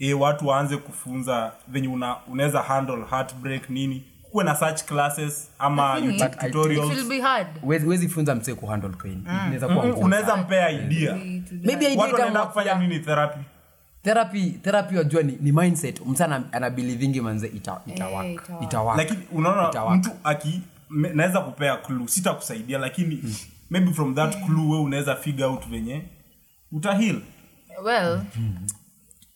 E, watu waanze kufunza venye una, unaweza handle heartbreak nini. Kuwe na such classes ama YouTube
But I
it will
tutorials.
be hard
Huwezi- huwezi funza mse kuhandle pain Inaweza kuwa ngumu.
Mm. Mm-hmm. Unaweza mpea idea.
It will be
Maybe idea
Watu wanaenda
itamu-
kufanya nini therapy?
therapy therapy wajua ni, ni mindset msana anabilivingi manze ita,
Eh,
ita work,
ita
ita work.
lakini unaona
Itawaka.
mtu aki me- naweza kupea clue sitakusaidia lakini
Hmm.
maybe from that clue we unaweza figure out venye utahil
well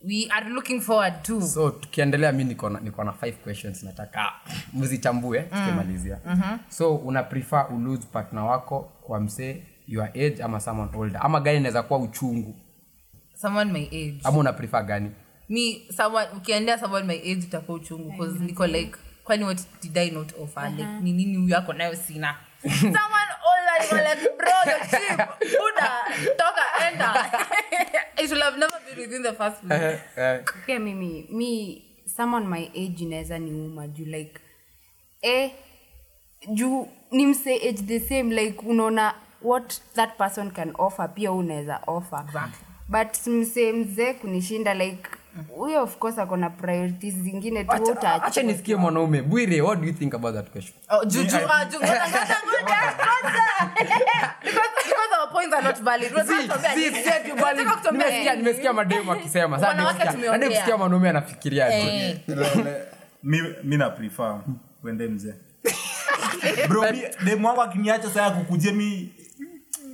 we are looking forward to
so tukiendelea mi niko na- niko na five questions nataka
Mm.
mzichambue tukimalizia
Mm-hmm.
so una prefer ulose partner wako kwa msee your age ama someone older ama gani inaweza kuwa uchungu
someone my age
ama una prefer gani
me someone ukiendea someone my age itakuwa uchungu because niko like kwani what did i not offer like ni nini huyu ako nayo sina someone older you are like bro you're cheap buda toka enda i should have never been within the first place
Eh, eh,
pia mimi mi someone my age inaweza niuma juu like eh, juu ni mse age the same like unaona what that person can offer pia unaweza offer
Exactly.
but mse mzee kunishinda like huyo of course akona priorities zingine tu
acha-
uta-
acha nisikie mwanaume bwire what do you think about that question
Oh, ju- ju- ah, ju- ngoja, ngoja, ngoja, ngoja. Because- because our points are not valid. Unataka
Si,
kutuambia
si,
nini?
sieti bali,
Unataka kutuambia
nimesikia-
nini?
nimesikia mademu akisema Sasa
Wanawake
nimesikia-
tumeongea.
hadi kusikia mwanaume anafikiria aje.
Eh,
mi, mi na prefer uende mzee bro mi- demu wangu akiniacha saa ya kukujia mi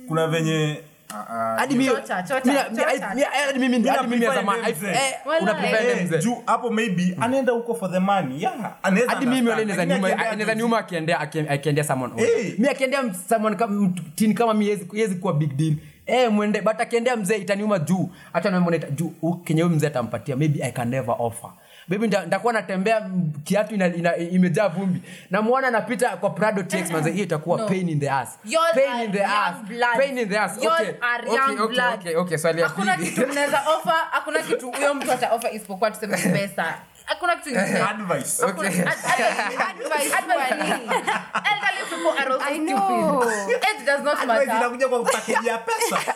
kuna venye ah,
Hadi mi-
Chocha, chocha,
mi- mi-
chocha.
mi- hadi mimi- hadi mimi ya
prefer
zamani,
ile mzee.
eh,
Wala,
una prefer ile
Eh,
mzee.
juu hapo maybe anaenda huko for the money yeah, anaweza
hadi mimi wale
understand,
inaweza
lakini
niuma
akienda
inaweza
tu-
niuma akiendea aki- akiendea someone older.
Eh.
mi akiendea m- someone kama mtu teen kama mi yezi, yezi kuwa big deal eh mwende but akiendea mzee itaniuma juu hata na mwende juu u- kenye huyu mzee atampatia maybe i can never offer maybe nita- nitakuwa natembea m- kiatu ina, ina, imejaa vumbi na muona napita kwa prado tx manze hiyo itakuwa
No.
pain in the ass
Y'all
pain
are
in the
young
ass
blood.
pain in the ass
Y'all
okay
are
okay
young
okay
blood.
okay okay swali ya
hakuna
pili.
kitu mnaweza ofa hakuna kitu huyo mtu ata ofa isipokuwa tuseme ni pesa hakuna kitu ingine.
advice
Hakuna-
Okay.
ad- advice- advice- advice- elderly people are also
I know.
stupid. Age does
Oh
not
Advice
matter.
inakuja kwa package ya pesa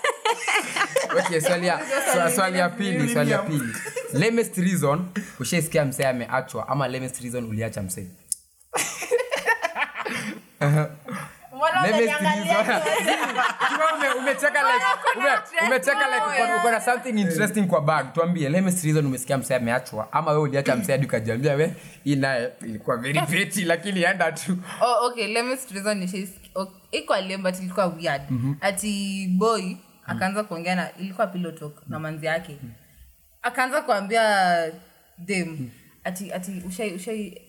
okay swali ya swa- swali ya pili swali ya pili lamest reason ushaisikia msee ameachwa ama lamest reason uliacha msee
Mbona
Lamest
unaniangalia?
reason- Kiwa ume- umecheka like ume- umecheka like uko- uko na something interesting kwa bag tuambie lamest reason umesikia msee ameachwa ama we uliacha msee hadi ukajiambia we hii naye ilikuwa very petty lakini enda tu
oh, okay let me reason it is okay, iko lame but ilikuwa weird
Mhm.
ati boy akaanza kuongea na ilikuwa pillow talk na
Mhm.
manzi yake akaanza kuambia
Mhm.
dem ati ati ushai ushai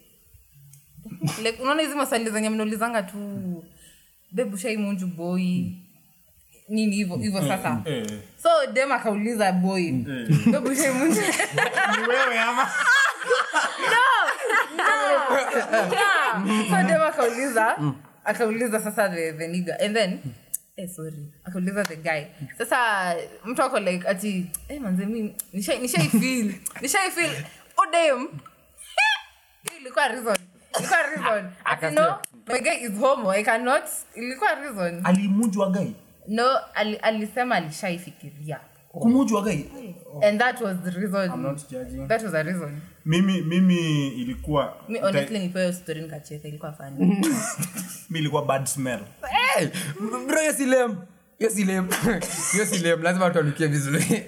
like unaona hizi maswali zenye mnaulizanga tu babe ushai munju boy nini hivyo hivyo sasa
Mhm. eh. Mm.
so dem akauliza boy babe ushai munju
ni wewe ama
so dem akauliza akauliza sasa the, the niga and then eh, sorry akauliza the guy sasa mtu ako like ati eh, manze mi nishai- nishaifeel nishaifeel odem Oh, ilikuwa reason ilikuwa reason ati no my guy is homo i cannot ilikuwa reason
alimujwa gai
no ali, alisema alishaifikiria
kumujwa gai
and that was the reason
Oh. not judging.
that was a reason
mimi mimi ilikuwa
mi
uta-
honestly nipewa story nikacheka ilikuwa funny
mi ilikuwa bad smell
Hey, bro hiyo si lame. hiyo si lame. hiyo si lame. lazima tualukie vizuri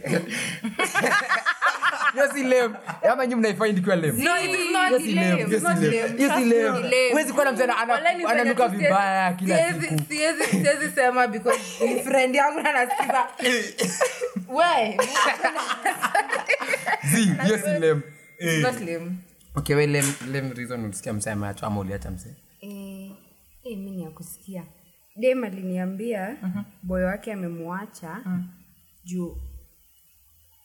hiyo si lame. ama nyi mnaifind ikiwa lame
no it is not
Hiyo si lame, hiyo si lame. Hiyo si lame. Huwezi kuwa na mtu ana- ana-
Walai ni
ananuka
venye tu
vibaya
siezi-
kila
siezi-
siku
siezi- siezi sema because ni friend yangu na nasikiza We,
Zii, hiyo si lame. Eh.
it's not lame.
Okay, we lame- lame reason ulisikia msee ameachwa ama uliacha msee?
Eh, eh, mi ni ya kusikia dem aliniambia boyo wake amemwacha juu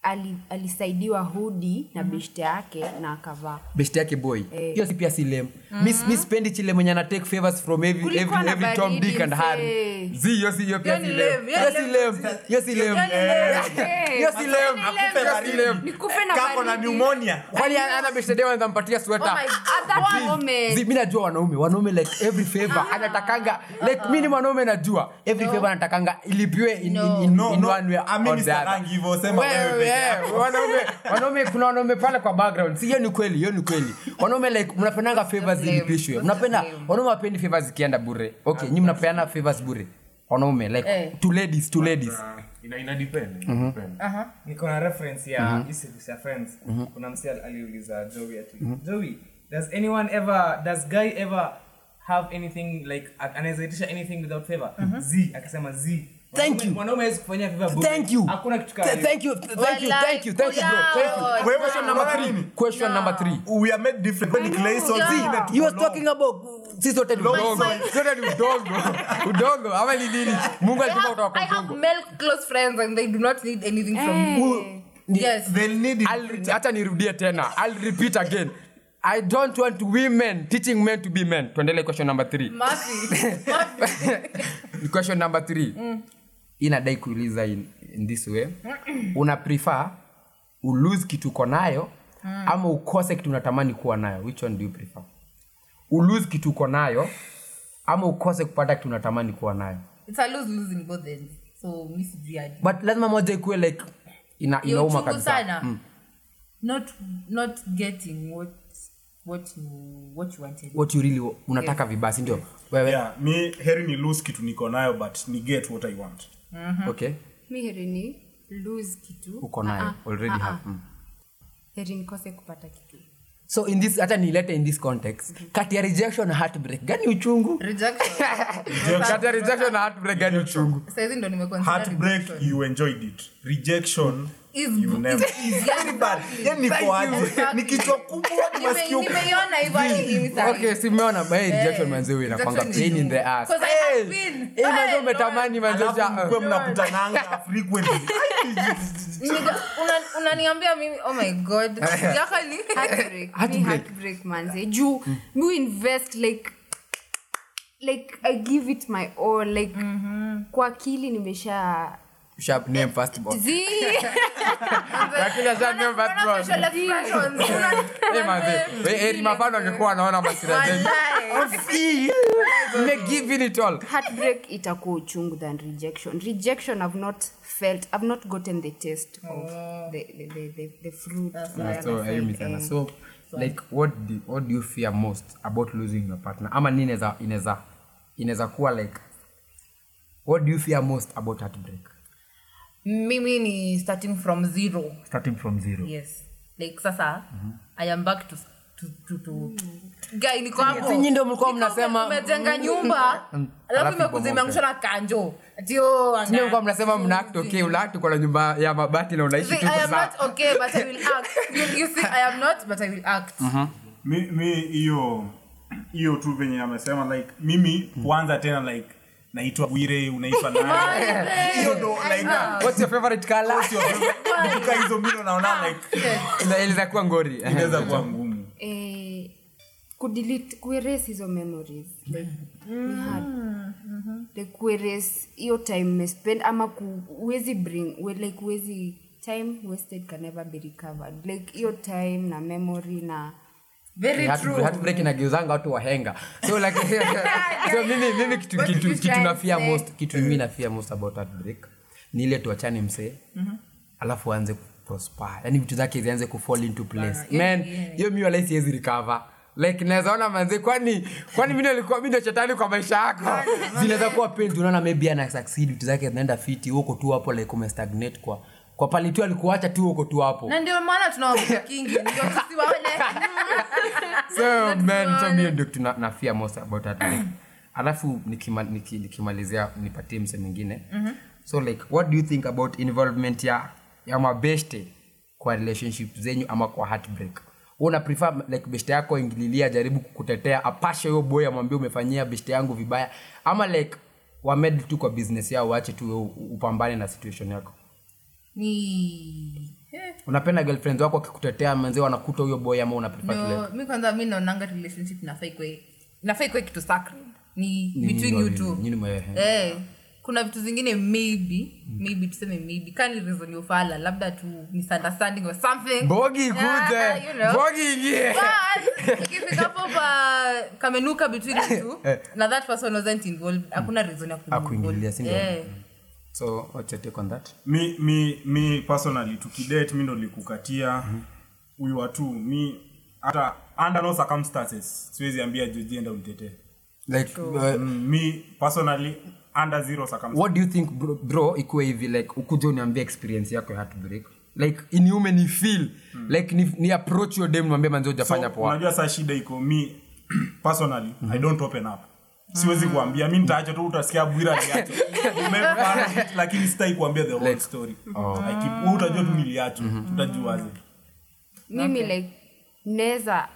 ali, alisaidiwa hudi na beshte yake na akavaa
best yake boy hiyo si pia si lame. mi mi sipendi chile mwenye ana take favors from every-
Kulikuwa
every-
na
every Tom,
baridi,
Dick and Harry.
mzee.
Zii, hiyo si- hiyo pia
Hiyo ni
si lame.
lame, hiyo
Hiyo
ni
si lame. Hiyo si lame. Hiyo si lame.
Akupe
Hiyo si lame.
baridi.
Nikufe na
Kako na
baridi.
pneumonia
kwani ana bestede anampatia
Oh
sweta
my-
At that moment,
mi najua wanaume wanaume like every favor
Ah.
anatakanga like mi ni mwanaume najua every favor anatakanga ilipiwe in, in, in,
No,
in
no,
one way
ah, mi
or
ni
the other.
sarangi hivyo, sema
Wewe,
wewe peke yako.
wewe, wanaume wanaume kuna wanaume pale kwa background si hiyo ni kweli hiyo ni kweli wanaume like mnapendanga favors
blame,
zilipishwe
don't
mnapenda
blame.
wanaume wapendi favors zikienda bure okay nyi mnapeana favors bure wanaume like
Eh.
to ladies Mhm. to ladies
ina ina depend depend.
niko na reference
Mhm.
ya hizi mm ya friends kuna msia aliuliza joey ati
Mhm.
joey does anyone ever does guy ever have anything like a- anaweza itisha anything without favor z akasema z
Thank
Mwanaume-
you.
mwanaume hawezi kufanyia favor bure.
Thank you.
hakuna kitu kama
Th-
hiyo.
thank you, th- thank you,
Walai,
thank you, thank you, bro,
kuya,
thank you.
wewe,
Wewe question
wewe.
number three ni,
Question number three.
we are made different. Wewe ni clay, so
Yeah.
zingine tuko
You Ah. was
low.
talking about sisi wote ni
Long
udongo.
story.
Sisi wote ni udongo. Udongo, ama ni nini? Mungu
I
alitupa
have,
kutoka
I
kwa
have
udongo.
male close friends and they do not need anything from me.
Eh.
Yes.
They'll need it.
I'll- hata nirudie tena I'll repeat again i don't want women teaching men to be men tuendele question number three
Mafi. Mafi.
question number three
Mm.
Hii nadai kuuliza in, in this way una prefer ulose kitu uko nayo
Mm.
ama ukose kitu unatamani kuwa nayo which one do you prefer ulose kitu uko nayo ama ukose kupata kitu unatamani kuwa nayo
It's a lose lose in both ends. So mi sijui hadi.
but lazima moja ikuwe like ina,
Hiyo
inauma
uchungu
kabisa Mm.
sana. Not not getting what what you what you wanted.
what you really unataka vibaya si ndio wewe
Yeah, mi heri ni lose kitu niko nayo but ni get what i want
Uh-huh.
okay
mi heri ni lose kitu
uko nayo
Uh-uh.
Ah, ah,
already
ah,
have
ah.
mm.
heri nikose kupata kitu
so in this hata nilete in this context
Mm-hmm.
kati ya rejection na heartbreak gani uchungu
Rejection.
kati ya rejection na heartbreak gani uchungu
Saizi ndo nimeconsider
heartbreak
rejection.
you enjoyed it rejection
Is-
you never
is-
Very bad.
yeah,
Yani niko aje? Ni kichwa kubwa, ni
Nime-
masikio kubwa.
nimeiona hivyo hadi hivi sasa.
okay simeona by rejection manzi huyu inakwanga
rejection
pain
is
in the
you.
ass
'Cause I have
Eh,
been.
eh,
Eh,
manzi
Lord.
umetamani manzi
Alafu
ja-
mkwe mnakutananga frequently.
Niga- una- unaniambia mimi oh my god yaka ni
Heartbreak. Mi
Heartbreak.
heartbreak manze juu mi invest like like i give it my all like kwa akili nimesha
sharp name first ball
zi
lakini asha name first ball
Facial expressions. Una-
eh manzi eh eri mafano angekuwa anaona masira zenu
Walai.
see given it all
heartbreak itakuwa uchungu than rejection rejection i've not felt i've not gotten the taste of the, the, the, the, the fruit
Yeah, Uh, so
Like,
ayumi sana so like what do, what do you fear most about losing your partner ama ni inaweza inaweza inaweza kuwa like what do you fear most about heartbreak
mimi ni starting from zero
starting from zero
yes like sasa
Mm-hmm.
i am back to to to, to guy niko hapo
Si nyinyi ndio mlikuwa
Niko
mnasema-
umejenga nyumba
Mm.
alafu
Alafu
imekuza
ibomoke.
imeangushwa na kanjo oh, atio
sindio kwa mnasema mnaakt okay ulaakt uko na nyumba ya mabati na unaishi tu
I am
sasa
not okay, but I will act. You, you see, I am not, but I will act.
Mm-hmm.
Mi- mi hiyo hiyo tu venye amesema like mimi kwanza tena like naitwa bwire unaitwa nani hiyo ndo like
what's your favorite color
duka hizo mino naona like
Ina- inaweza kuwa ngori
inaweza kuwa ngumu
eh, kudelete kuerase hizo memories like, ni hard. like kuerase hiyo time mespend ama ku- huwezi bring we, like huwezi time wasted can never be recovered like hiyo time na memory na
Very true.
heartbreak inageuzanga watu wahenga so like so mimi mimi kitu
What
kitu
did you
kitu
try
na
to
fear
say?
most kitu mimi na fear most about heartbreak ni ile tuachane msee
Mm-hmm.
alafu aanze prosper yani vitu zake zianze kufall into place man hiyo mimi wala siwezi recover like naweza ona manzi kwani kwani mimi nilikuwa mimi ndio shetani kwa maisha yako zinaweza kuwa pain unaona maybe ana succeed vitu zake zinaenda fiti wewe uko tu hapo like umestagnate kwa kwa pali tu alikuacha tu wewe uko tu hapo
na ndio maana tunawavuta kingi ndio tusiwaone
so man so mimi ndio tuna na fear most about that like alafu nikima- niki- nikimalizia nipatie mse mwingine
Mhm.
so like what do you think about involvement ya ya mabeshte kwa relationship zenyu ama kwa heartbreak Wewe una prefer like beshte yako ingililia jaribu kukutetea apashe huyo boy amwambie umefanyia beshte yangu vibaya ama like wamed tu kwa business yao waache tu wewe u- upambane na situation yako
ni
unapenda girlfriend wako akikutetea manzi wanakuta huyo boy ama una prefer to like-
no, eh, mi kwanza mi naonanga relationship inafaa ikwe inafaa ikwe kitu sacred ni
Ni
between
nyinyi
you
wawili,
two
nyinyi mwe-
eh kuna vitu zingine maybe maybe tuseme maybe kani reason yofala labda tu misunderstanding or something
bogi eh.
Ah,
ikuje
you know.
bogi ingie
But, ikifika hapo pa kamenuka between you two
Eh.
na that person wasn't involved hakuna reason ya ku-
Hakuingilia, si ndio?
eh
so what's your take on that
mi mi mi personally tukidate mi ndo nilikukatia huyu watu mi hata under no circumstances siwezi ambia jojienda unitetee
like uh,
Mm, mi personally under zero circumstances
what do you think bro, bro ikuwe hivi like ukuja uniambia experience yako ya heartbreak like iniume ni feel mm. like ni, ni approach your dem niambia manzi hujafanya
so,
poa Mhm.
unajua saa shida iko mi personally i don't open up siwezi kuambia mi nitaacha tu utasikia bwira aliacha. Make fun of it, lakini sitai kuambia the whole story
oh.
I keep- wewe utajua tu niliacha
Mhm.
utajuaje
mimi like naweza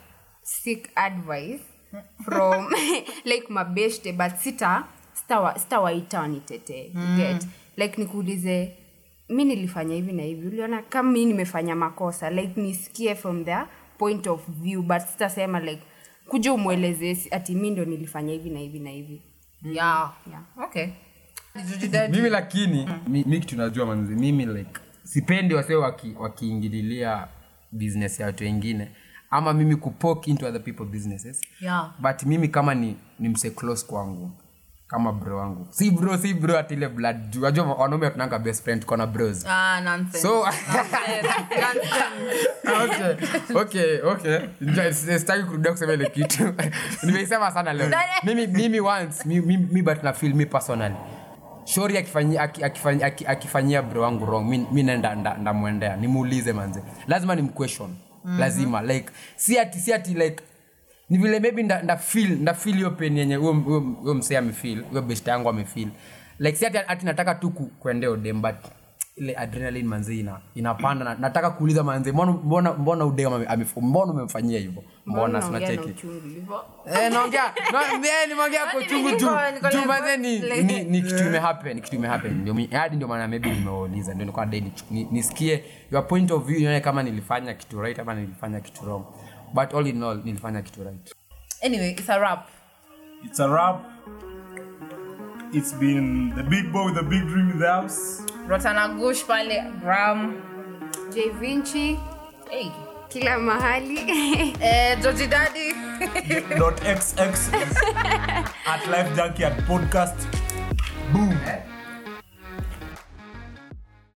seek advice from like mabeshte but sita sitawa- sitawaita wanitetee you get like nikuulize mi nilifanya hivi na hivi uliona kama mi nimefanya makosa like nisikie from their point of view but sitasema like kuja umwelezee si- ati mi ndo nilifanya hivi na hivi na hivi
yeah
Yeah.
okay Did you do that?
mimi lakini mi, mi kitu najua manzi mimi like sipendi wase waki- wakiingililia business ya watu wengine ama mimi kupoke into other people businesses
Yeah.
but mimi kama ni, ni mse close kwangu kama bro wangu si bro si bro atile blood juu wajua wanaume tunanga best friend tukona bros
ah nonsense
so
nonsense
okay okay okay Nja- s- sitaki kurudia kusema ile kitu nimeisema sana leo mimi mimi once mi, mi, mi but na feel mi personally shori akifanyia aki- akifanyi- aki- akifanyia bro wangu wrong mi, mi nenda nda- ndamwendea nimuulize manze lazima nimquestion lazima like si ati si ati like ni vile maybe nda, nda feel nda feel hiyo pain yenye huyo- huyo huyo msee amefeel huyo best yangu amefeel like si ati, ati nataka tu ku- kuendea udem but ile adrenaline manze ina inapanda na, nataka kuuliza manze mbona mbona mbona udem ame- amef- mbona umemfanyia hivyo mbona
Mbona unaongea na
sinacheki
uchungu hivyo?
Eh, naongea na- eh, nimeongea hapo
Yaani
chungu tu
niko- niko
Juu
like-
manze ni-
like-
ni- ni kitu imehappen kitu imehappen ndio mi- hadi ndio maana maybe nimeuliza ndio nilikuwa dai nichu- ni- nisikie your point of view nione kama nilifanya kitu right ama nilifanya kitu wrong but all in all nilifanya kitu right
anyway it's a wrap
it's a wrap it's been the big boy with the big dream in the house
rotana gush pale gram
Jay Vinci
hey
kila mahali
eh Georgie daddy
dot xx is at life junkie at podcast boom